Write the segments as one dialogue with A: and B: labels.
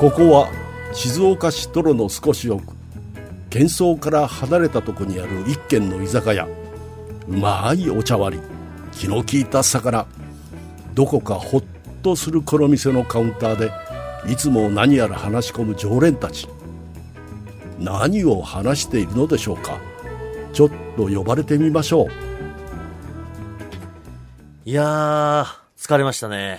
A: ここは静岡市泥の少し奥喧騒から離れたとこにある一軒の居酒屋うまいお茶割り気の利いた魚どこかほっとするこの店のカウンターでいつも何やら話し込む常連たち何を話しているのでしょうかちょっと呼ばれてみましょう
B: いやー、疲れましたね。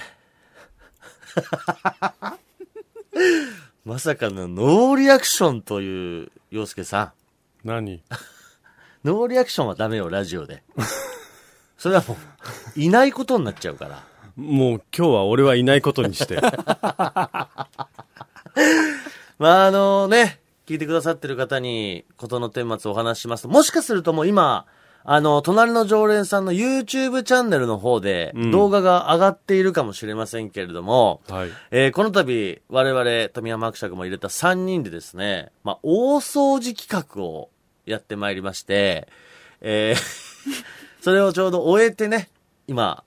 B: まさかのノーリアクションという、洋介さ
C: 何
B: ん。ノーリアクションはダメよ、ラジオで。それはもう、いないことになっちゃうから。
C: もう今日は俺はいないことに して。
B: まあ、あのね、聞いてくださってる方に、ことの顛末をお話ししますと、もしかするともう今、あの、隣の常連さんの YouTube チャンネルの方で、
C: うん
B: 動画が上がっているかもしれませんけれども、
C: はい。
B: えーこの度、我々、富山伯爵も入れた3人でですね、まあ、大掃除企画をやってまいりまして、えー それをちょうど終えてね、今、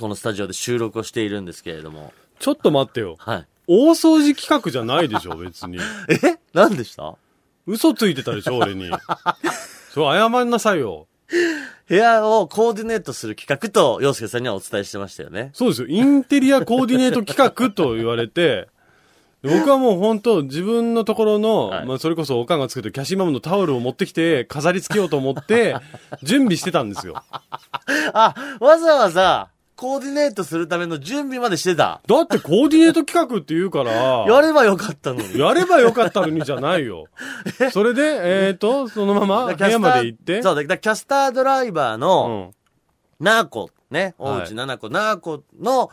B: このスタジオで収録をしているんですけれども、
C: ちょっと待ってよ。
B: はい。
C: 大掃除企画じゃないでしょ、別に。
B: え何でした
C: 嘘ついてたでしょ、俺に。それ謝んなさいよ。
B: 部屋をコーディネートする企画と、洋介さんにはお伝えしてましたよね。
C: そうですよ。インテリアコーディネート企画と言われて、僕はもう本当自分のところの、
B: はい
C: まあそれこそおかんが作るキャシーマムのタオルを持ってきて飾り付けようと思って準備してたんですよ。
B: あ、わざわざ、コーディネートするための準備までしてた。
C: だってコーディネート企画って言うから、
B: やればよかったのに。
C: やればよかったのにじゃないよ。それで、えっと、そのまま
B: だ
C: 部
B: から
C: 屋
B: キャスター
C: まで行って、
B: そうだ、だからキャスタードライバーの、
C: うん
B: なあこ、ね、
C: はい
B: 大内ななこ、なあこの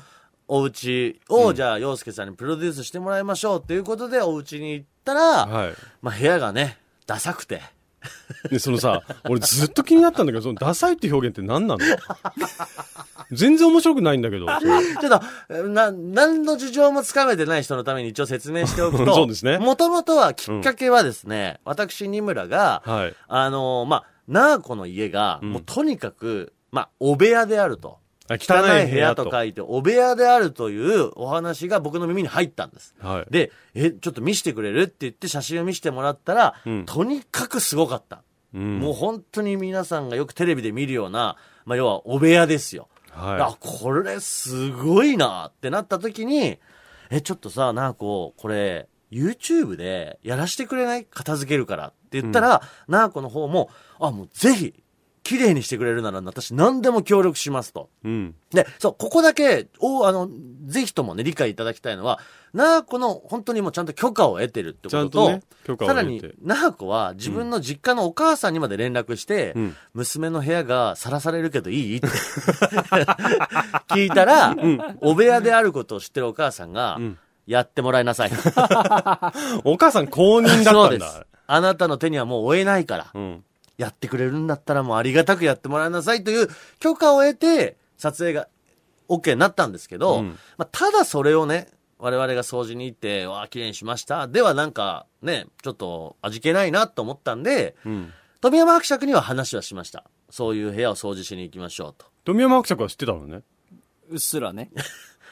B: お家を、じゃあ、洋介さんにプロデュースしてもらいましょうっていうことで、お家に行ったら、
C: は
B: まあ、部屋がね、ダサくて。
C: い。で、そのさ、俺ずっと気になったんだけど、そのダサいって表現って何なの全然面白くないんだけど。それ
B: ちょっと、な、何の事情もつかめてない人のために一応説明しておくと、
C: そうですね
B: もともとはきっかけはですね、私、二村が、
C: はい。
B: あのーまあ、なあこの家が、
C: うん
B: もうとにかく、まあ、お部屋であると。
C: あ
B: 汚い部屋と書いて、お部屋であるというお話が僕の耳に入ったんです。
C: はい。
B: で、え、ちょっと見せてくれるって言って写真を見せてもらったら、
C: うん
B: とにかくすごかった。
C: うん
B: もう本当に皆さんがよくテレビで見るような、まあ要はお部屋ですよ。
C: は
B: あ、これすごいなってなった時に、え、ちょっとさ、なあこ、これ、YouTube でやらしてくれない片付けるからって言ったら、なあこの方も、あ、もうぜひ、綺麗にしてくれるなら私何でも協力しますと。
C: い。うん。
B: で、そう、ここだけ、お、あの、ぜひともね、理解いただきたいのは、なあこの、本当にもうちゃんと許可を得てるって
C: ち
B: こ
C: ゃ
B: と
C: んと
B: と、
C: ね、許可を
B: さら
C: 得
B: に
C: て。、
B: なあこは自分の実家のお母さんにまで連絡して、
C: うん
B: 娘の部屋がさらされるけどいい って聞いたら、お部屋であることを知ってるお母さんが、
C: ん
B: やってもらいなさい。そ
C: お母さん公認だった
B: う
C: ん
B: で
C: だ
B: す。。あなたの手にはもう負えないから、
C: うん。
B: やってくれるんだったらもうありがたくやってもらいなさいという許可を得て、撮影が OK になったんですけど、
C: うん
B: まあ、ただそれをね、我々が掃除に行って、わあ、綺麗にしました。ではなんかね、ちょっと味気ないなと思ったんで、
C: うん。
B: 富山伯爵には話はしました。そういう部屋を掃除しに行きましょうと。
C: 富山伯爵は知ってたのね。
D: うっすらね。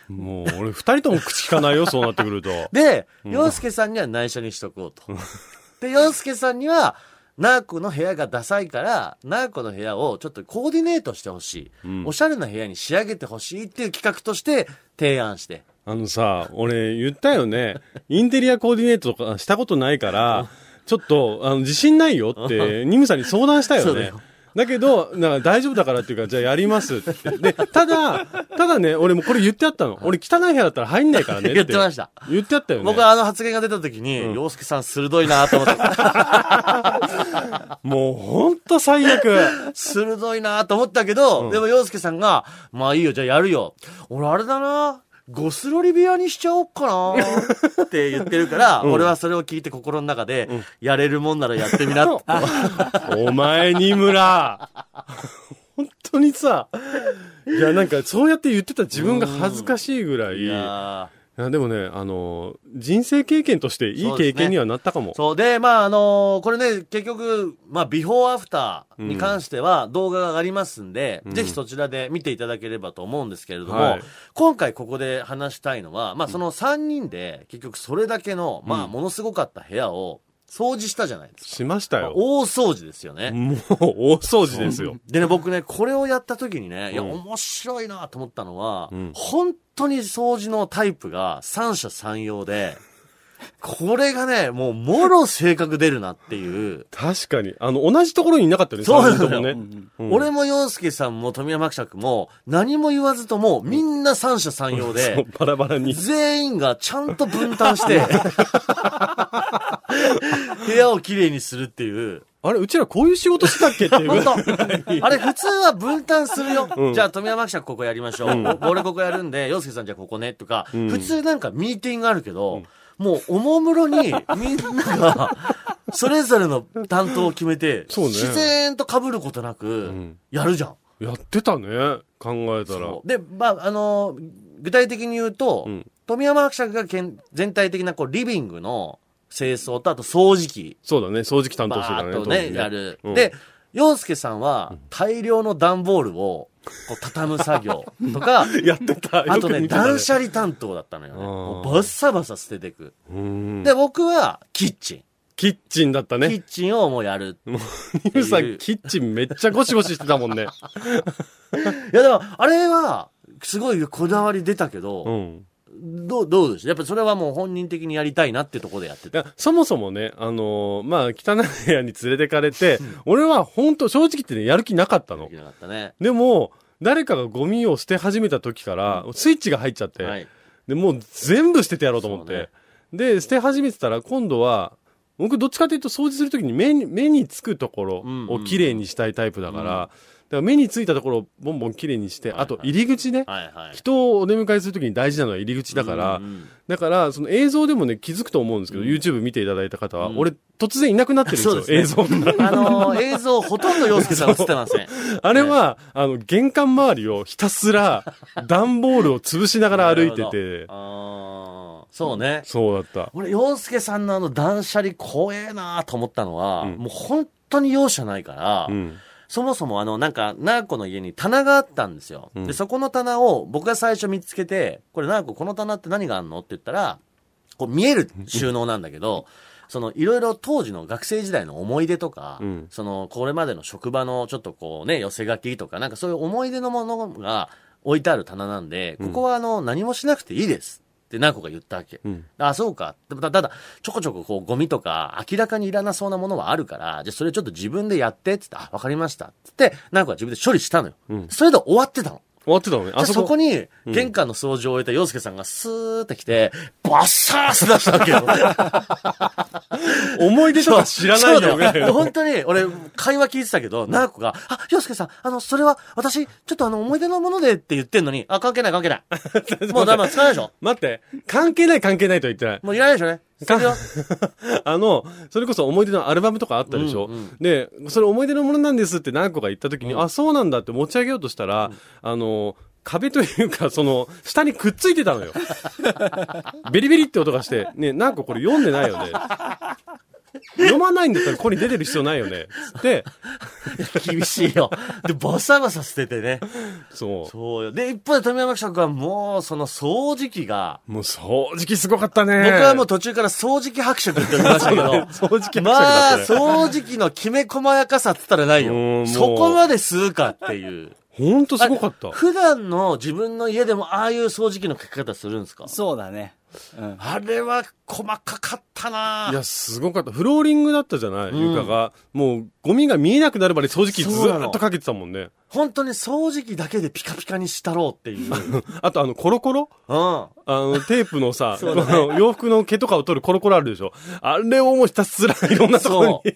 C: もう、俺二人とも口聞かないよ、そうなってくると。
B: で、洋介さんには内緒にしとこうと。で、洋介さんには、ナーコの部屋がダサいから、ナーコの部屋をちょっとコーディネートしてほしい。
C: ん
B: おしゃれな部屋に仕上げてほしいっていう企画として提案して。
C: あのさ、俺言ったよね。インテリアコーディネートとかしたことないから、ちょっと、あの、自信ないよ って、ニムさんに相談した
B: そ
C: よ
B: うだ
C: ね
B: よ。
C: だけど、な大丈夫だからっていうか、じゃあやりますって。で、ただ、ただね、俺もこれ言ってあったの。俺汚い部屋だったら入んないからねって。
B: 言ってました。
C: 言ってあったよね。
B: 僕はあの発言が出た時に、洋介さん鋭いなと思って、
C: もうほんと最悪。
B: 鋭いなと思ったけど、でも洋介さんが、まあいいよ、じゃあやるよ。俺あれだなゴスロリ部屋にしちゃおっかな って言ってるから、俺はそれを聞いて心の中で、やれるもんならやってみなって。
C: お前、ニムラ。本当にさ。いや、なんかそうやって言ってた自分が恥ずかしいぐらい。
B: いや
C: いやでもね、あの、人生経験としていい経験にはなったかも。
B: そう。で、まあ、あのーこれね、結局、まあ、ビフォーアフターに関しては動画が上がりますんで、ぜひそちらで見ていただければと思うんですけれども、
C: はい
B: 今回ここで話したいのは、まあ、その3人で、結局それだけの、まあ、ものすごかった部屋を掃除したじゃないですか。
C: しました
B: まあ
C: よ。
B: 大掃除ですよね。
C: もう、大掃除ですよ。
B: でね、僕ね、これをやった時にね、いや、
C: うん
B: 面白いなと思ったのは、
C: うん
B: 本当に掃除のタイプが三者三様で、これがね、もう、もろ性格出るなっていう。
C: 確かに。あの、同じところにいなかったよね、
B: そうなのよ
C: 三人ともね。うん
B: 俺も洋介さんも富山伯爵も、何も言わずとも、みんな三者三様
C: そう
B: で、
C: バラバラに。
B: 全員がちゃんと分 担して、部屋をきれいにするっていう。
C: あれ、うちらこういう仕事したっけっていうぐら
B: 本
C: い。
B: 当あれ普通は分担するよ。
C: うん
B: じゃあ富山記者ここやりましょう。お俺ここやるんで、洋介さんじゃあここねとか、
C: ん
B: 普通なんかミーティングあるけど、もうおもむろにみんなが、それぞれの担当を決めて、
C: そうね
B: 自然と被ることなく
C: ん、
B: やるじゃん。
C: やってたね。考えたら。
B: で、まあ、あのー具体的に言うと、
C: うん
B: 富山伯爵がけん全体的なこうリビングの清掃と、あと掃除機、
C: そうだね。掃除機担当
B: バ
C: してた
B: ー
C: ね
B: ッ。と
C: 当時
B: ね、やる。
C: うん
B: で、洋介さんは、大量の段ボールを、こう、畳む作業 とか、
C: やってた。
B: あと
C: よく
B: ね、
C: 見てた
B: 断捨離担当だったのよね。
C: あー
B: もうバッサバサ捨ててく。
C: うん
B: で、僕は、キッチン。
C: キッチンだった
B: キ
C: ね。
B: ッチンをもうやる。い
C: ニムさん、キッチンめっちゃゴシゴシしてたもん ね。
B: や、でも、あれは、すごいこだわり出たけ
C: う
B: ど、
C: ん。
B: どう、どうでしたやっぱそれはもう本人的にやりたいなってとこでやって
C: い
B: た。
C: やそもそもね、あのーまあ、汚い部屋に連れてかれて、俺は本当正直言ってね、やる気なかった
B: で
C: の
B: き。なかったね。
C: でも、誰かがゴミを捨て始めた時から、スイッチが入っちゃって、
B: はい。
C: で、もう全部捨ててやろうと思っ
B: そ
C: て。
B: うね
C: で、捨て始めてたら、今度は、僕どっちかというと掃除するときに目に、目につくところ
B: うんう
C: を
B: ん
C: きれいにしたいタイプだから、だから目についたところをボンボンきれいにして、
B: はいはい
C: あと入り口ね。
B: はいはい。
C: 人をお出迎えするときに大事なのは入り口だから、
B: うんうん
C: だから、その映像でもね、気づくと思うんですけど、YouTube 見ていただいた方は、
B: うん
C: 俺、突然いなくなってるんです
B: そう
C: よ、
B: ですね
C: 映像が。
B: あのー映像ほとんど洋介さん映ってま せん。
C: あれは、あの、玄関周りをひたす ら、段ボールを潰しながら歩いてて、
B: ああ、そうね。
C: そうだった。
B: 俺、洋介さんのあの断捨離怖えなと思ったのは、
C: うん
B: もう本当に容赦ないから、
C: うん。
B: そもそもあの、なんか、ナーコの家に棚があったんですよ。
C: うん
B: で、そこの棚を僕が最初見つけて、これナーコこの棚って何があんのって言ったら、こう見える収納なんだけど、そのいろいろ当時の学生時代の思い出とか、
C: うん
B: そのこれまでの職場のちょっとこうね、寄せ書きとか、なんかそういう思い出のものが置いてある棚なんで、ここはあの、何もしなくていいですってナーコが言ったわけ。
C: うん。
B: あ、そうか。でもたただ、ちょこちょここうゴミとか明らかにいらなそうなものはあるから、じゃあそれちょっと自分でやって、つって、あ、わかりました。つって、なんか自分で処理したのよ。
C: うん
B: それで終わってたの。
C: 終わってたのね。
B: あ
C: あ
B: そ
C: そ
B: こ
C: こ。
B: に、玄関の掃除を終えた洋介さんがスーって来て、バッサーって出したわけよ。
C: 思い 出とか知らないよ、ぐらい
B: そうだ
C: の。
B: 本当に、俺、会話聞いてたけど、ナーコが、あ、洋介さん、あの、それは、私、ちょっとあの、思い出のものでって言ってんのに、あ、関係ない関 係ない。もうだ、まあ、使わないでしょ。
C: 待って、関係ない関係ないとは言ってない。
B: もういらないでしょね。捨 てるよ。
C: あの、それこそ思い出のアルバムとかあったでしょ、
B: うんうん
C: で、それ思い出のものなんですって何個か言った時に、あ、そうなんだって持ち上げようとしたら、あの、壁というか、その、下にくっついてたのよ。 ベリベリって音がして、ね、何個これ読んでないよね。読まないんだったらここに出てる必要ないよね。つって、
B: 厳しいよ。で、バサバサ捨ててね。
C: そう。
B: そうよ。で、一方で富山記者はもう、その掃除機が、
C: もう掃除機すごかったね。
B: 僕はもう途中から掃除機伯爵って呼び ましたけど、
C: 掃除機伯爵だったね
B: まあ、掃除機のきめ細やかさって言ったらない
C: うんも
B: よ。
C: う
B: そこまで吸うかっていう。
C: ほんとすごかった。
B: 普段の自分の家でもああいう掃除機のかけ方するんですか
D: そうだね。うん。
B: あれは細かかったない
C: や、すごかった。フローリングだったじゃない、床が。もう、ゴミが見えなくなるまで掃除機ず
B: そうなの
C: ーっとかけてたもんね。
B: 本当に掃除機だけでピカピカにしたろうって いう。うん。
C: あと、あの、コロコロ
B: あ
C: あ の、テープのさ、
B: そうだね
C: この洋服の毛とかを取るコロコロあるでしょ。あれをもうひたすらいろんなところに。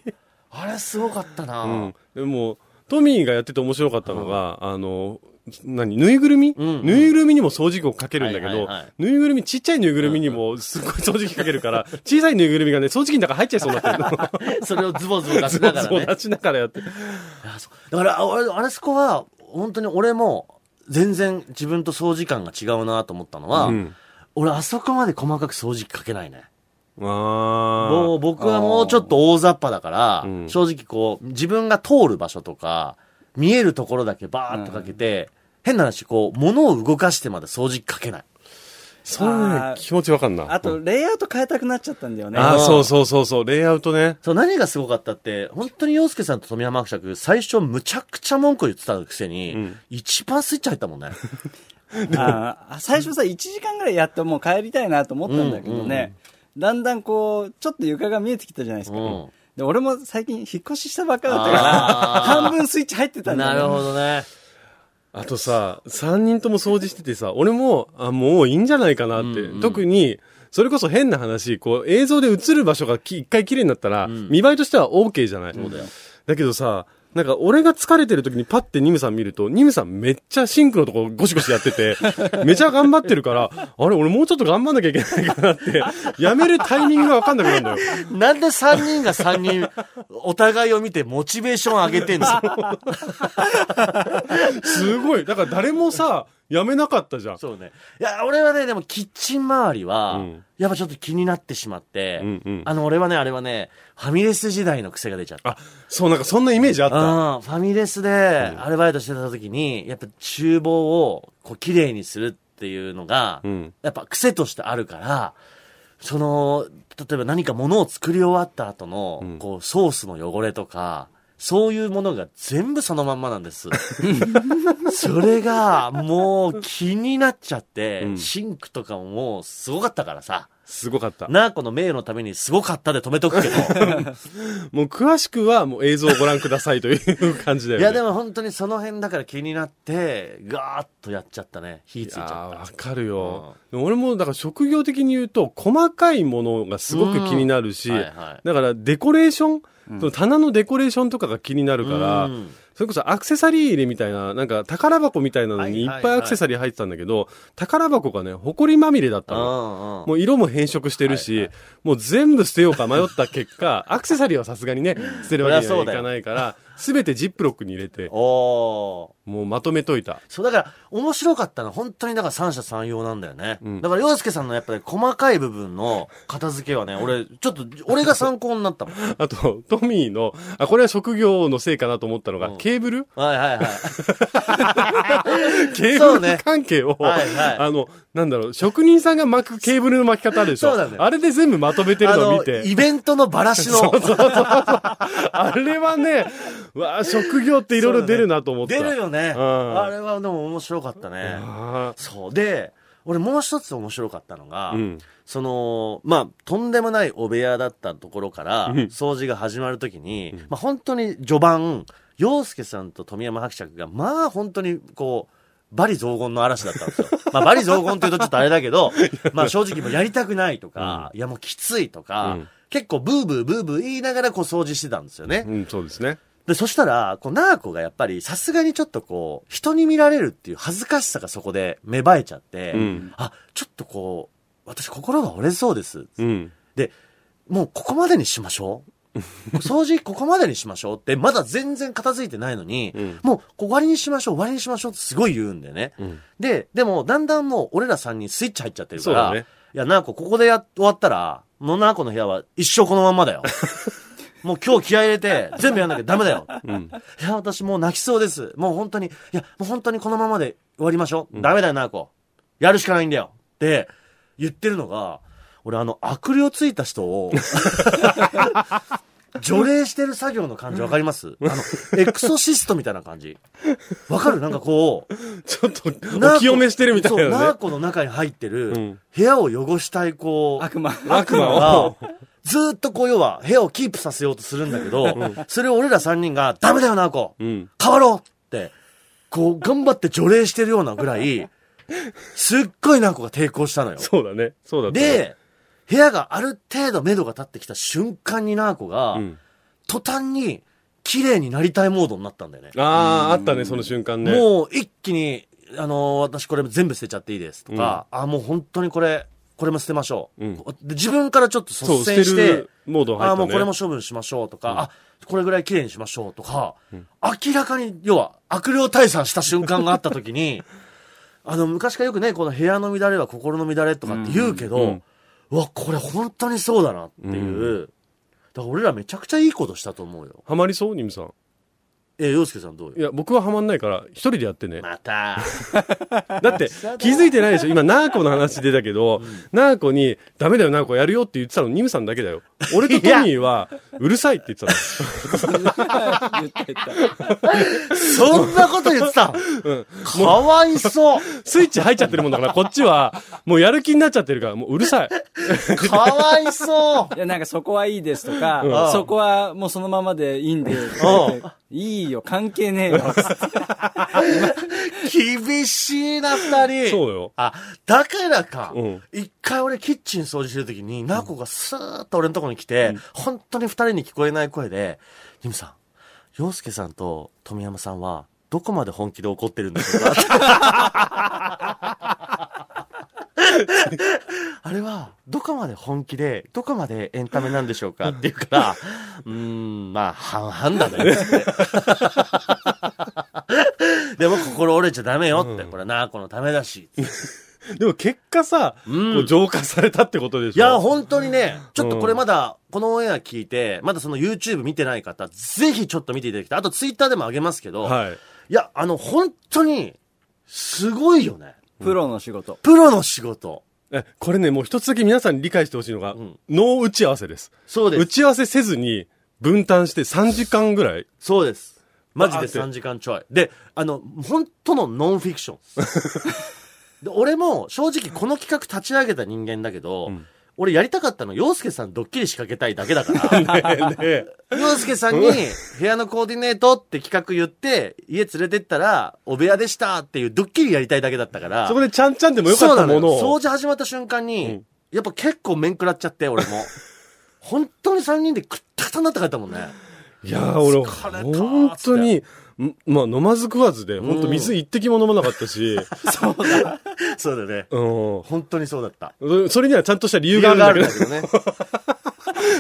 B: れすごかったな、
C: うん。でも、トミーがやってて面白かったのが、あの、何ぬいぐるみ、
B: うんうん
C: ぬいぐるみにも掃除機をかけるんだけど、
B: はいはいはい
C: ぬいぐるみ、ちっちゃいぬいぐるみにもすごい掃除機かけるから、小さいぬいぐるみがね、掃除機の中入っちゃいそうになってるの。
B: それをズボズボ 出しなが ら
C: そう
B: ね
C: 立。ちながらやって。
B: あそうだから、あああれそこは、本当に俺も、全然自分と掃除感が違うなと思ったのは、
C: うん
B: 俺、あそこまで細かく掃除機かけないね。
C: あー
B: もう僕はもうちょっと大雑把だから、
C: うん
B: 正直こう、自分が通る場所とか、見えるところだけバーっとかけて、変な話、こう、物を動かしてまで掃除機かけない。
C: それね
D: あー
C: 気持ちわかんな
D: あと、レイアウト変えたくなっちゃったんだよね。
C: あ
B: う
C: ー
B: ん
C: そうそうそうそうレイアウトね
B: そう、何がすごかったって、本当に洋介さんと富山伯爵、最初むちゃくちゃ文句言ってたくせに、
C: うん
B: 一番スイッチ入っ たもんね。
D: あー最初さ、1時間ぐらいやってもう帰りたいなと思ったんだけどね、だんだんこう、ちょっと床が見えてきたじゃないで すか。
B: うん
D: で俺も最近引っ越ししたばっかだったから、
B: あー
D: 半分スイッチ入ってたん
B: な
D: だよね
B: るほどね。
C: あとさ3人とも掃除しててさ俺もあもういいんじゃないかなって、
B: うんうん
C: 特にそれこそ変な話こう映像で映る場所がき一回綺麗になったら、見栄えとしては OK じゃないだけどさなんか俺が疲れてる時にパッてニムさん見るとニムさんめっちゃシンクのとこゴシゴシやっててめちゃ頑張ってるからあれ俺もうちょっと頑張んなきゃいけないかなってやめるタイミングがわかんなくなるんだよ
B: なんで3人が3人、お互いを見てモチベーション上 げてんの
C: すごいだから誰もさやめなかったじゃん
B: そうね。いや、俺はね、でもキッチン周りは、
C: うん
B: やっぱちょっと気になってしまって、
C: うんうん
B: あの、俺はね、あれはね、ファミレス時代の癖が出ちゃった。
C: あそうなんかそんなイメージあった
B: うん、ファミレスでアルバイトしてた時に、やっぱ厨房をこう綺麗にするっていうのが、
C: ん
B: やっぱ癖としてあるから、その、例えば何か物を作り終わった後の、
C: ん
B: こう、ソースの汚れとか、そういうものが全部そのまんまなんです。 それが、もう気になっちゃって、
C: うん
B: シンクとかももうすごかったからさ、
C: すごかった
B: ナーコの名誉のためにすごかったで止めとく けど、
C: もう詳しくはもう映像をご覧くださいという感じだよ
B: い
C: ね。
B: やでも本当にその辺だから気になって、ガーッとやっちゃったね。火ついち
C: いやー
B: ゃ
C: わ
B: っ
C: かるよ。でも俺もだから職業的に言うと細かいものがすごく気になるし、
B: うんはいはい
C: だからデコレーション、その棚のデコレーションとかが気になる
B: た。
C: から、
B: うん
C: それこそアクセサリー入れみたいな、なんか宝箱みたいなのにい
B: は
C: っ
B: いはい
C: ぱ
B: はいい
C: アクセサリー入ってたんだけど、宝箱がね、埃まみれだったの。
B: うん
C: もう色も変色してるし、もう全部捨てようか迷った結果、 アクセサリーはさすがにね、捨てるわけにはいかないから、すべてジップロックに入れて、
B: おー
C: もうまとめといた。
B: そう、だから、面白かったのは、本当にだから三者三様なんだよね。
C: うん
B: だから、洋介さんのやっぱり細かい部分の片付けはね、俺、ちょっと、俺が参考になった もん。
C: あと、トミーの、あ、これは職業のせいかなと思ったのが、
B: うん
C: ケーブル
B: はいはいはい。
C: ケ
B: そ
C: ー
B: う
C: ブル
B: ね
C: 関係を、
B: はいはい
C: あの、なんだろう、職人さんが巻くケーブルの巻き方あるでしょ
B: そうなんだよ
C: あれで全部まとめてる
B: あ
C: のを
B: の
C: 見、て、
B: イベントのバ ラシの、
C: あれは ね、わあ職業っていろいろ出るなと思った。
B: 出るよね。
C: うん
B: あれはでも面白かったね。
C: あ
B: そう。で、俺もう一つ面白かったのが、
C: ー。うん。
B: その、まあ、とんでもないお部屋だったところから、
C: ん
B: 掃除が始まるときに、まあ、本当に序盤、洋介さんと富山伯爵が、まあ、本当に、こう、バリ雑言の嵐だった んですよ。まあ、バリ雑言っていうとちょっとあれだけど、まあ、正直もうやりたくないとか、いや、もうきついとか、
C: うん
B: 結構ブーブーブーブー言いながら、こう、掃除してたんですよね。
C: うん、そうですね。
B: で、そしたら、こう、ナーコがやっぱり、さすがにちょっとこう、人に見られるっていう恥ずかしさがそこで芽生えちゃって、
C: うん
B: あ、ちょっとこう、私心が折れそうです。
C: うん。
B: で、もうここまでにしましょう。掃除ここまでにしましょうって、まだ全然片付いてないのに、
C: うん
B: もうこう終わりにしましょう、終わりにしましょうってすごい言うんだよね。
C: うん
B: で、でもだんだんもう俺ら3人スイッチ入っちゃってるか
C: そうだ
B: ら、
C: ね
B: いや、ナーコここでや終わったら、のナーコの部屋は一生このまんま だよ。もう今日気合い入れて、全部やんなきゃダメだよ。いや、私もう泣きそうです。もう本当に、いや、もう本当にこのままで終わりましょう。ダメだよ、ナーコ。やるしかないんだよ。って言ってるのが、俺あの、悪霊ついた 人を、除霊してる作業の感じわかりますあの、エクソシストみたいな感じ。わかるなんかこう、
C: ちょっと、お清めしてるみたい
B: そう
C: な
B: ナー
C: ね。
B: コの中に入ってる、
C: うん
B: 部屋を汚したい、こう、
D: 悪魔。
C: 悪魔
B: が
C: を。、
B: ずーっとこう、要は、部屋をキープさせようとするんだけど、それを俺ら3人が、ダメだよな、こう、
C: うん
B: 変わろうって、こう、頑張って除霊してるようなぐらい、すっごいな、こが抵抗したのよ。
C: そうだね。そうだったね、
B: で、部屋がある程度目処が立ってきた瞬間になーこが、
C: うん
B: 途端に綺麗になりたいモードになったんだよね。
C: ああ、あったね、その瞬間ね。
B: もう一気に、あのー私これ全部捨てちゃっていいですとか、あ、もう本当にこれ、これも捨てましょ
C: う
B: う。
C: ん
B: で自分からちょっと
C: そう、
B: 率
C: 捨て
B: 先して、
C: るモード入
B: あ
C: っ
B: あ、
C: た
B: もう
C: ね。
B: これも処分しましょうとか、あ、これぐらい綺麗にしましょうとか、明らかに、要は、悪霊退散した瞬間があった時に、 あの、昔からよくね、この部屋の乱れは心の乱れとかって言うけど、う
C: うん
B: わ、これ本当にそうだなっていう。だから俺らめちゃくちゃいいことしたと思うよ。
C: ハマりそうニムさん。
B: え、洋介さんどう
C: い
B: よ
C: や、僕はハマんないから、一人でやってね。
B: また。
C: だって、気づいてないでしょ今、ナーコの話出たけ ど、ナーコに、ダメだよ、ナーコやるよって言ってたの、ニムさんだけだよ。俺とトミーは、うるさいって言ってた の。
D: 言った言った
B: そんなこと 言ってた、かわいそう
C: スイッチ入っちゃってるもんだから、こっちは、もうやる気になっちゃってるから、もううる さい。
B: かわいそう
D: いや、なんかそこはいいですとか、
B: ん
D: そこはもうそのままでいいんで、
B: ん
D: いいよ、関係ねえよ。
B: 厳しいな、二人。
C: そうよ
B: あ、だからか。
C: うん
B: 一回俺キッチン掃除してる時に、ナコがスーッと俺のとこに来て、本当に二人に聞こえない声で、ニムさん、洋介さんと富山さんは、どこまで本気で怒ってるんで すかあれは、どこまで本気で、どこまでエンタメなんでしょうかっていうから、うーん、まあ、半 々だね。でも心折れちゃダメよって、これな、このためだし。い
C: でも結果さ、
B: うん
C: こう浄化されたってことでしょ
B: や、本当にね、ちょっとこれまだ、このオンエア聞いて、まだその YouTube 見てない方、ぜひちょっと見ていただきたい。あと Twitter でも上げますけど、い、
C: はい。
B: や、あの、本当に、すごいよね。
D: プロの仕事。
B: プロの仕事。
C: えこれね、もう一つだけ皆さんに理解してほしいのが、
B: ん
C: 脳打ち合わせです。
B: そうで
C: 打
B: す。
C: ち合わせせずに、分担して3時間ぐら い。
B: そうです。マジ
C: バ
B: で
C: ーって
B: 3時間ちょい。で、あの、本当のノンフィクション。 で俺も正直この企画立ち上げた人間だけど、俺やりたかったの、洋介さんドッキリ仕掛けたいだけだから。
C: ねえね
B: 洋介さんに、部屋のコーディネートって企画言って、家連れてったら、お部屋でしたっていうドッキリやりたいだけだったから。
C: えそこでちゃんちゃんでもよかったもの
B: そうなよ
C: を。
B: 掃除始まった瞬間に、やっぱ結構面食らっちゃって、俺も。本当に3人でくったくたになって帰ったも んね。
C: いやー、俺、
B: 疲れたー
C: 本当に、んまあ、飲まず食わずで、本当水一滴も飲まなかったし、
B: そうだね。
C: うん。
B: 本当にそうだった。
C: それにはちゃんとした理由があるんだけど、
B: 理由があるんだけどね。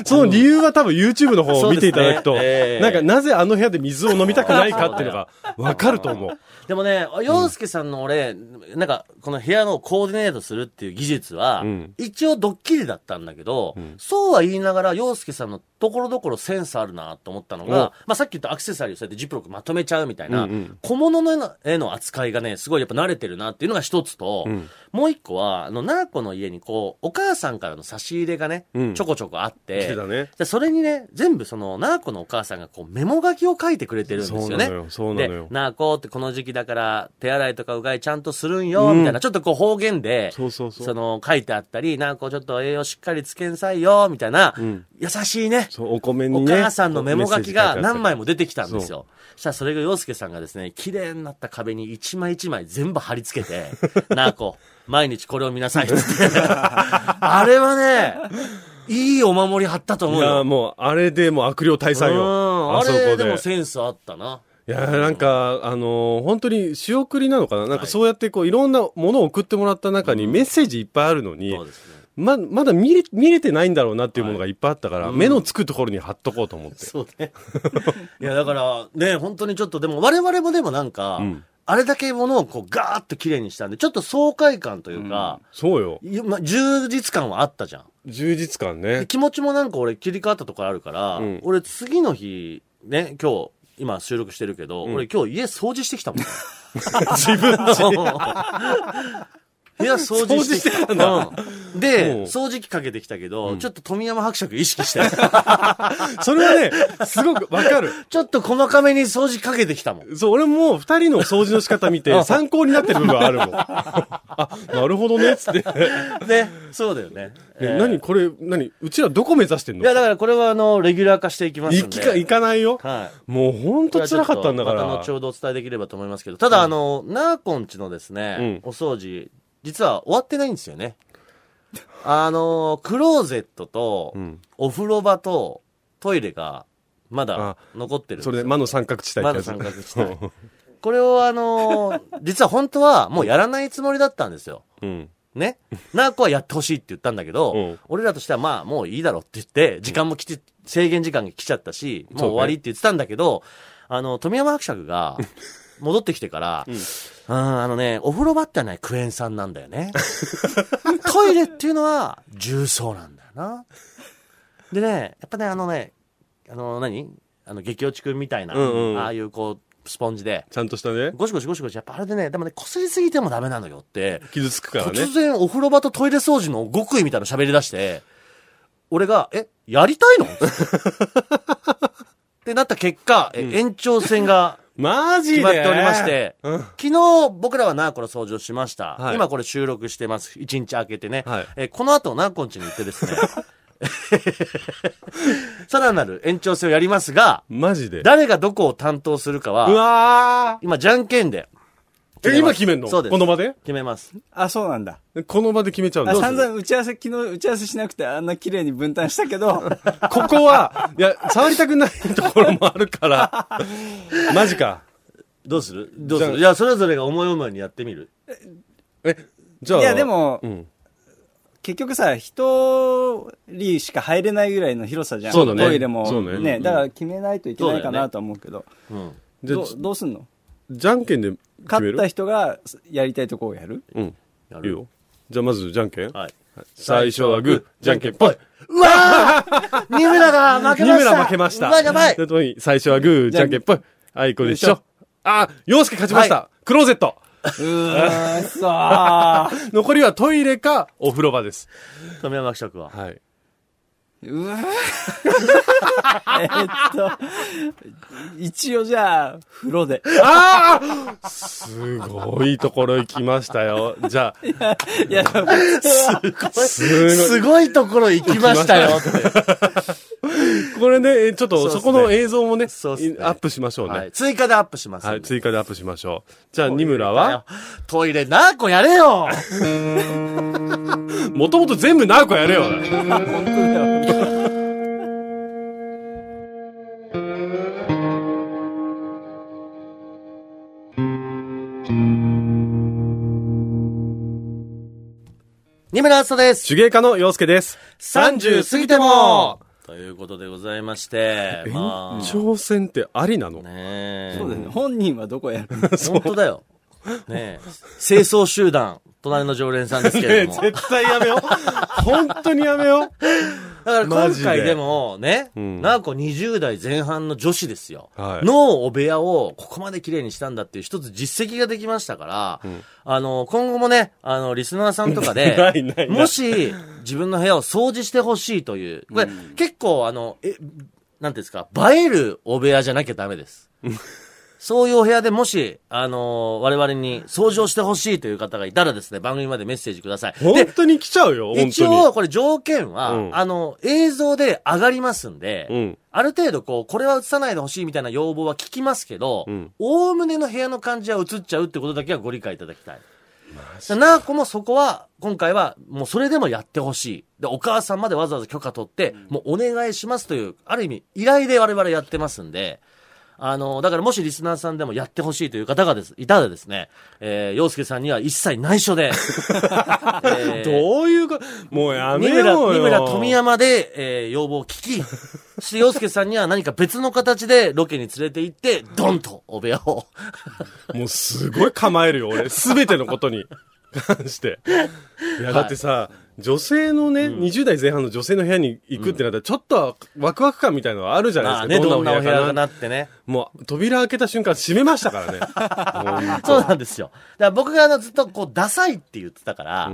C: その理由は多分 YouTube の方を見ていただく
B: そ
C: と、
B: うですねええ
C: なんかなぜあの部屋で水を飲みたくないかっていうのがわかると思う。
B: でもね、洋介さんの俺、なんか、この部屋のコーディネートするっていう技術は、
C: うん
B: 一応ドッキリだったんだけど、
C: ん
B: そうは言いながら、洋介さんのところどころセンスあるなと思ったの
C: お
B: が、まあさっき言ったアクセサリーをそうやってジップロックまとめちゃうみたいな、
C: うんうん
B: 小物の絵の扱いがね、すごいやっぱ慣れてるなっていうのが一つと、
C: うん
B: もう一個は、あの、ナーコの家にこう、お母さんからの差し入れがね、
C: うん
B: ちょこちょこあって、
C: 来てたね。
B: でそれにね、全部その、ナーコのお母さんがこう、メモ書きを書いてくれてるんです
C: そうな
B: よね
C: の。よ、そうな
B: で
C: のよ、。
B: なあこうってこの時期だから、手洗いとかうがいちゃんとするんよ、みたいな、ちょっとこう方言で、
C: そうそうそう
B: その、書いてあったり、なあこうちょっと栄養しっかりつけんさいよ、みたいな、
C: ん
B: 優しいね。
C: そう、お米に
B: お
C: ね。
B: 母さんのメモ書きが何
C: も。
B: 枚も出てきたんですよ。そしたらそれが洋介さんがですね、綺麗になった壁に一枚一枚全部貼り付けて、 なあこう、毎日これを見なさい って言って。あれはね、いいお守り貼ったと
C: い
B: 思う
C: や、
B: よ。
C: もう、あれでもう悪霊退散
B: う
C: よ。
B: ん、あ
C: そこ
B: れでもセンスあったな。
C: いやーなんか、あのー本当に仕送りなのかななんかそうやってこう、いろんなものを送ってもらった中にメッセージいっぱいあるのに
B: そう、ですね。
C: ま、まだ見れ、見れてないんだろうなっていうものがいっぱいあったから、
B: うん
C: 目のつくところに貼っとこうと思って。
B: そうね。いや、だから、ね、本当にちょっと、でも我々もでもなんか、あれだけものをこうガーッと綺麗にしたんで、ちょっと爽快感というか、
C: そうよ。
B: いま充実感はあったじゃん。
C: 充実感
B: で
C: ね。
B: 気持ちもなんか俺切り替わったところあるから、
C: うん
B: 俺次の日、ね、今日、今収録してるけど、俺今日家掃除してきたもん。
C: 自分の
B: 部屋掃除してきた。うんで
C: おう、
B: 掃除機かけてきたけど、ちょっと富山伯爵意識して、
C: それはね、すごくわかる。
B: ちょっと細かめに掃除かけてきたもん。
C: そう、俺も二人の掃除の仕方見て、参考になってる部分はあるもん。あ、なるほどね、つって。
B: ね、そうだよね。え
C: え
B: ー
C: 何これ、何うちらどこ目指してん
B: いや、
C: の
B: だからこれはあの、レギュラー化していきます
C: 行
B: んで。
C: きか、行かないよ。
B: はい。
C: もうほんと辛かったんだか
B: これはちょっとまた後
C: ら。
B: ほどお伝えできればと思いますけど、ただあの、ナーコンチのですね、お掃除、実は終わってないんですよね。あの、クローゼットと、お風呂場と、トイレが、まだ
C: あ
B: 残ってるんです
C: そ
B: よ
C: れで魔の三角地帯
B: ま
C: って
B: だ
C: やつ。
B: 三角地帯。これをあの、実は本当はもうやらないつもりだったんですよ。
C: うん。
B: ね。 ナーコはやってほしいって言ったんだけど、
C: うん
B: 俺らとしてはまあもういいだろうって言って、時間も来て、 制限時間が来ちゃったし、もう終わりって言ってたんだけど、あの、富山伯爵が、戻ってきてから、うん、あのね、お風呂場ってのはね、クエン酸なんだよね。 トイレっていうのは、重曹なんだよな。でね、やっぱね、あのね、あの何、あの、激落ちくんみたいな、
C: うんうん
B: ああいうこう、スポンジで、
C: ちゃんとしたね、
B: ゴシゴシゴシゴシ、やっぱあれでね、でもね、擦りすぎてもダメなのよって、
C: 傷つくからね
B: 突。然お風呂場とトイレ掃除の極意みたいなの喋り出して、俺が、え、やりたいの ってなった結果、え延長戦が
C: マジで
B: 決まっておりまして、
C: うん
B: 昨日僕らはナーコの掃除をしました。
C: はい
B: 今これ収録してます。一日明けてね。
C: はい
B: えーこの後ナーコンチに行ってですね、 さらなる延長戦をやりますが、
C: マジで。
B: 誰がどこを担当するか
C: う
B: は、
C: わ
B: 今じゃんけんで
C: ーえ、今決めんの
B: そうです
C: この場で
B: 決めます。
D: あ、そうなんだ。
C: この場で決めちゃう
D: あ
C: の
D: 散々打ち合わせ、昨日打ち合わせしなくてあんな綺麗に分担したけど、
C: ここは、いや、触りたくないところもある から。マジか。
B: どうするどうす
C: じゃ
B: る
C: あ
B: いや、それぞれが思い思いにやってみる。
C: え、じゃあ。
D: いやでも
C: うん。
D: 結局さ、一人しか入れないぐらいの広さじゃん。
C: そうだね
D: トイレも。
C: そう
D: ね
C: ね
D: だから決めないといけないか
B: そうだよ
D: な
B: ね
D: とは思うけど。
B: うん。
C: じゃあ
D: どうどうすんの
C: じゃんけんで決め
D: 勝
C: る
D: った人がやりたいとこをやる
C: うん。
B: や
C: いい
B: る
C: よ。じゃあまずじゃんけん。
B: はい。
C: 最初はグー、じゃんけんぽい。
B: うわー二村が負け
C: 二
B: ました
C: 村負けました。
B: うわ、やばい
C: でともに最初はグー、じゃんけんぽい。あいこでし
D: よいし
C: ょ。あ、洋介勝ちました。クローゼット。
D: うーん、そう。わ
C: 残りはトイレかお風呂場です。
B: 富山伯爵は。
C: はい。
D: うわえっと、一応じゃあ、風呂で。
C: ああすごいところ行きましたよ。じゃあ、
D: いや、普通は
C: すごい。
B: すごいところ行きましたよって。
C: これね、えちょっと
B: そうっすね
C: そこの映像もね、
B: そうっすね
C: いアップしましょうね。
B: は。
C: はいい、
B: 追加でアップしますんで。
C: 追加でアップしましょう。じゃあ、二村は、
B: トイレ何個やれよ
C: もともと全部何個やれよ。
D: 本当だよ。
B: 二村敦人です。
C: 手芸家の洋介です。
B: 30過ぎてもということでございまして、
C: 延
B: まあ、
C: 長戦ってありなの、
B: ねえ
D: そうだよね。本人はどこやる
B: 本当だよ。ねえ。清掃集団、隣の常連さんですけれ ど も。
C: 絶対やめよう。本当にやめよ
B: だから
C: マ
B: 今
C: ジで
B: 回でもね、
C: ん
B: なあこ20代前半の女子ですよ、
C: はい
B: のお部屋をここまで綺麗にしたんだっていう一つ実績ができましたから、あの、今後もね、あの、リスナーさんとか
C: な
B: で
C: いないない、
B: もし自分の部屋を掃除してほしいという、これ、結構あの、え、なんていうんですか、映えるお部屋じゃなきゃダ メです。そういうお部屋でもし、あの我々に掃除をしてほしいという方がいたらですね、番組までメッセージください。
C: う。本
B: で、
C: 当に来ちゃうよ、本当に。
B: 一応、これ条件は、
C: うん
B: あの、映像で上がりますんで、
C: うん
B: ある程度こう、これは映さないでほしいみたいな要望は聞きますけど
C: ん、
B: おおむねの部屋の感じは映っちゃうってことだけはご理解いただきたい。なあこもそこは、今回は、もうそれでもやってほしい。で、お母さんまでわざわざ許可取って、もうお願いしますという、ある意味、依頼で我々やってますんで、あの、だからもしリスナーさんでもやってほしいという方がです、いたらですね、えー、洋介さんには一切 内緒で、えー
C: どういうこと、もうやめ
B: 三
C: ようよ。
B: 村、三村富山で、えー要望を聞き、 そして洋介さんには何か別の形でロケに連れて行って、ドンとお部屋を。
C: もうすごい構えるよ、俺。すべてのことに関して。いや、だってさ、女性のね、20代前半の女性の部屋に行くってなったら、ちょっとはワクワク感みたいなのはあるじゃ
B: ま
C: な
B: あ
C: い
B: ね、
C: ですか。
B: どんなお部屋
C: か
B: かなってね。
C: もう、扉開けた瞬間閉めましたからね。 もう
B: そうなんですよ。だから僕があのずっとこう、ダサいって言ってたから、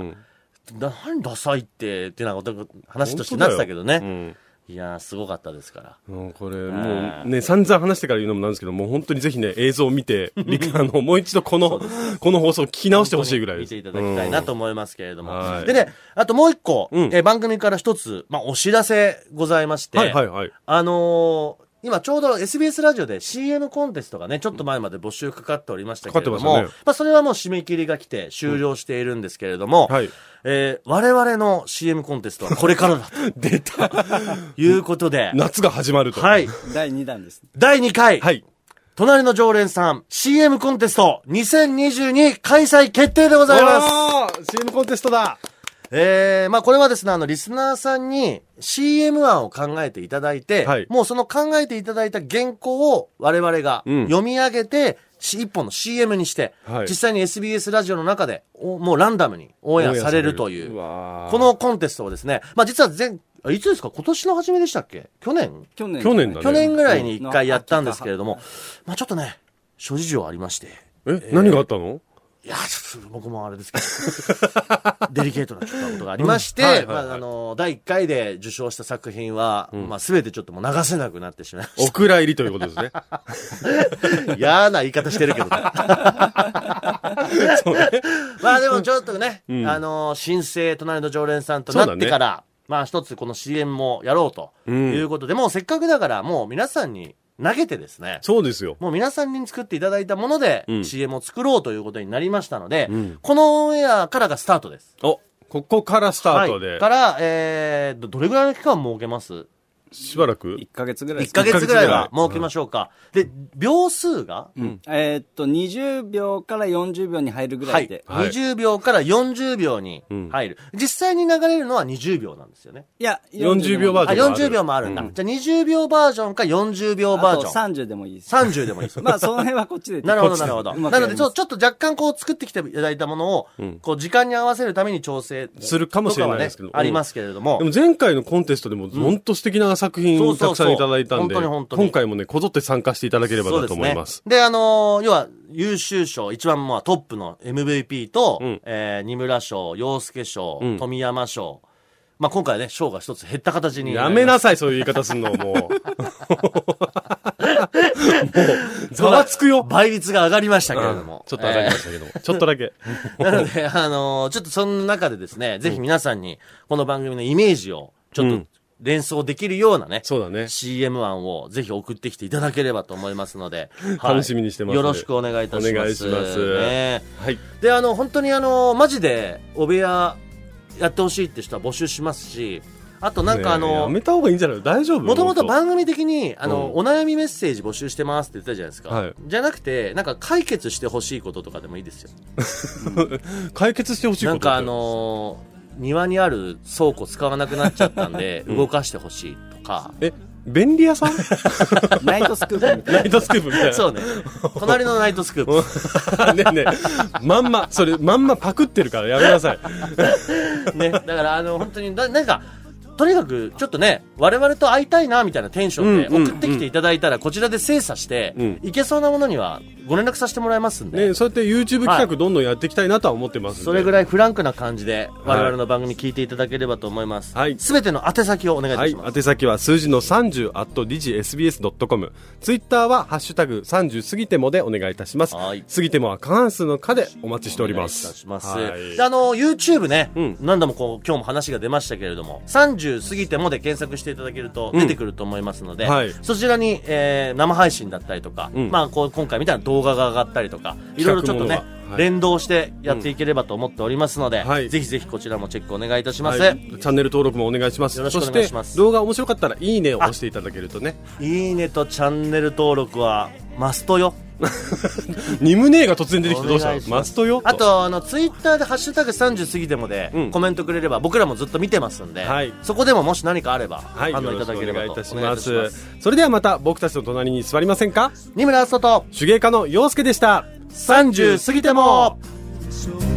B: だ何ダサいって、ってなこと、話としてなってたけどね。
C: うん
B: いやー、すごかったですから。
C: もうこれ、もうね、散々話してから言うのもなんですけど、もう本当にぜひね、映像を見て、リクあの、もう一度この、この放送を聞き直してほしいぐらいで
B: 見
C: す。
B: ていただきたいなと
C: うん
B: 思いますけれども。
C: はい
B: でね、あともう一個、
C: うん
B: えー番組から一つ、まあ、お知らせございまして、
C: はいはいはい。
B: あのー今ちょうど SBS ラジオで CM コンテストがね、ちょっと前まで募集かかっておりましたけれども、
C: かかってました
B: あそれはもう締め切りが来て終了しているんですけれども、
C: はい。
B: えー我々の CM コンテストはこれからだと
C: 出た。
B: いうこ とで、
C: 夏が始まると。
B: はい。
D: 第2弾です。
B: 第2回、
C: はい。
B: 隣の常連さん CM コンテスト2022開催決定でございます。
C: す !CM コンテストだ
B: えー、まあこれはですね、あの、リスナーさんに CM 案を考えていただいて、
C: はい
B: もうその考えていただいた原稿を我々が
C: うん
B: 読み上げて、し一本の CM にして、
C: はい
B: 実際に SBS ラジオの中で、おもうランダムにオンエアされるという、
C: う
B: こ
C: わー
B: のコンテストをですね、まあ実は前、あいつですか今年の初めでしたっけ去年
D: 去年
C: 去年だね
B: 去年ぐらいに一回やったんですけれども、まあちょっとね、諸事情ありまして、
C: え、何があったの
B: いや、ちょっと僕もあれですけ ど、デリケートなちょっとことがありまし
C: うんはい
B: て、
C: はいはい
B: まああの、第1回で受賞した作品は、まあ全てちょっともう 流せなくなってしまいまし
C: お蔵入りということですね。
B: た。嫌な言い方してる けどね。 まあでもちょっとね、あの、新生隣の常連さんとなってから、まあ一つこの CM もやろうと
C: うん
B: いうことで、もうせっかくだからもう皆さんに投げてですね、
C: そうですよ。
B: もう皆さんに作っていただいたもので
C: うん
B: CM を作ろうということになりましたので、
C: うん
B: このオンエアからがスタートです。
C: お、ここからスタート
B: はい、
C: で
B: か、ら、えー、どどれぐらいの期間設けます
C: しばらく
D: 1ヶ月ぐらいで
B: 1
D: すか
B: ヶ
D: ね
B: 月ぐらいは設けましょうか。で、秒数が、
D: えーっと、20秒から40秒に入るぐら
B: はいい、
D: で。
C: はい
B: 20秒から40秒に入る、実際に流れるのは20秒なんですよね。
D: いや、
C: 40秒バー
B: あ、
C: ジョンもある
B: 40秒もあるんだ。じゃあ20秒バージョンか40秒バージョン。
D: あと30でもいいです。
B: 30でもいいです。
D: まあ、その辺はこっちで。
B: なるほど、なるほど。
D: うまく
B: な
D: やり
B: の
D: ま
B: で、
D: す
B: ちょちょっと若干こう作ってきていただいたものを、こう時間に合わせるために調整
C: するかもしれない
B: とはね
C: ですけど
B: ありますけれども
C: で。も前回のコンテストでも本当素敵な作品
B: そ
C: を
B: うそうそ
C: たく
B: う
C: さんいただいたんで、
B: 本当に本当に
C: 今回もね、こぞって参加していただければなと思います。
B: そうですね。で、あのー要は、優秀賞、一番まあトップの MVP と、
C: うん
B: えー、二村賞、洋介賞、
C: うん
B: 富山賞。まあ今回ね、賞が一つ減った形にり
C: や
B: ました。
C: めなさい、そういう言い方すんの、もう。もう、ざわつくよ。
B: 倍率が上がりましたけれども。
C: ちょっと上がりましたけども。ちょっとだけ。
B: えーなので、 あのーちょっとその中でですね、ぜひ皆さんに、この番組のイメージを、ちょ
C: う
B: っと
C: ん
B: 連想できるようなね、
C: そうだね。
B: CM 案をぜひ送ってきていただければと思いますので、はい
C: 楽しみにしてます
B: よろしくお願いいたします。
C: お願いします
B: ね
C: はい。
B: で、あの、本当にあの、マジで、お部屋やってほしいって人は募集しますし、あとなんかあ
C: ねえや
B: の、
C: めた方がいいんじゃない大丈夫
B: もともと
C: 本
B: 番組的に、あの、
C: うん
B: お悩みメッセージ募集してますって言ってたじゃないですか。
C: はい
B: じゃなくて、なんか解決してほしいこととかでもいいですよ。
C: 当解決してほしい
B: な
C: こと
B: んかあ、の庭にある倉庫使わなくなっちゃった んで、動かしてほしいとか。
C: え、便利屋 さん
D: ナイトスクープみたい
C: ナイトスクープみたいな。
B: そうね。隣のナイトスクー プ。
C: ねえねえまんま、それ、まんまパクってるからやめなさい。
B: ね、だからあの本当にななんかとにかくちょっとね我々と会いたいなみたいなテンションで
C: うんうん
B: 送ってきていただいたら、こちらで精査して、
C: うん
B: いけそうなものにはご連絡させてもらいますんで、
C: ね、そうやって YouTube 企画どんどんやっていきたいなとは思ってますんで
B: それぐらいフランクな感じで
C: はい
B: 我々の番組聞いていただければと思います、
C: はい
B: すべての宛先をお願いいた
C: はい
B: します、
C: 宛先は数字の30 at digsbs.com ツイッターは「ハッシュタグ #30 過ぎても」でお願いいたします
B: はい
C: 過ぎてもは過半数の「か」でお待ちしておりま
B: お願いい
C: す
B: たします。
C: はい
B: であの、YouTube ね、
C: うん
B: 何度もこう、今日も話が出ましたけれども、30過ぎてもで検索していただけると
C: うん
B: 出てくると思いますので、
C: はい
B: そちらに、えー生配信だったりとか、
C: うん
B: まあ、こう、今回みたいな動画が上がったりとか、いろいろちょっと
C: 企画も
B: ね
C: の、がはい
B: 連動してやっていければと思っておりますので、
C: はい
B: ぜひぜひこちらもチェックお願いいたします。
C: はい
B: い、
C: チャンネル登録もお願いします
B: よろしくお願いします
C: そして動画面白かったら「いいね」を押していただける とね
B: いねとチャンネル登録はマストよ。
C: ニムネーが突然出てきてどうし
B: お願い
C: た
B: し
C: のマ
B: ま
C: ストよ
B: あと、あの、ツイッターでハッシュタグ30過ぎてもで、
C: うん
B: コメントくれれば僕らもずっと見てますんで、
C: はい
B: そこでももし何かあれば、
C: はい
B: 反応
C: よ
B: い
C: ろ
B: た
C: しくお
B: だければ
C: 願い
B: と
C: いたし
B: お願いい
C: ま
B: たします
C: それではまた僕たちの隣に座りませんか
B: 二村敦人と
C: 手芸家の洋介でした
B: 30過ぎても
E: 「そう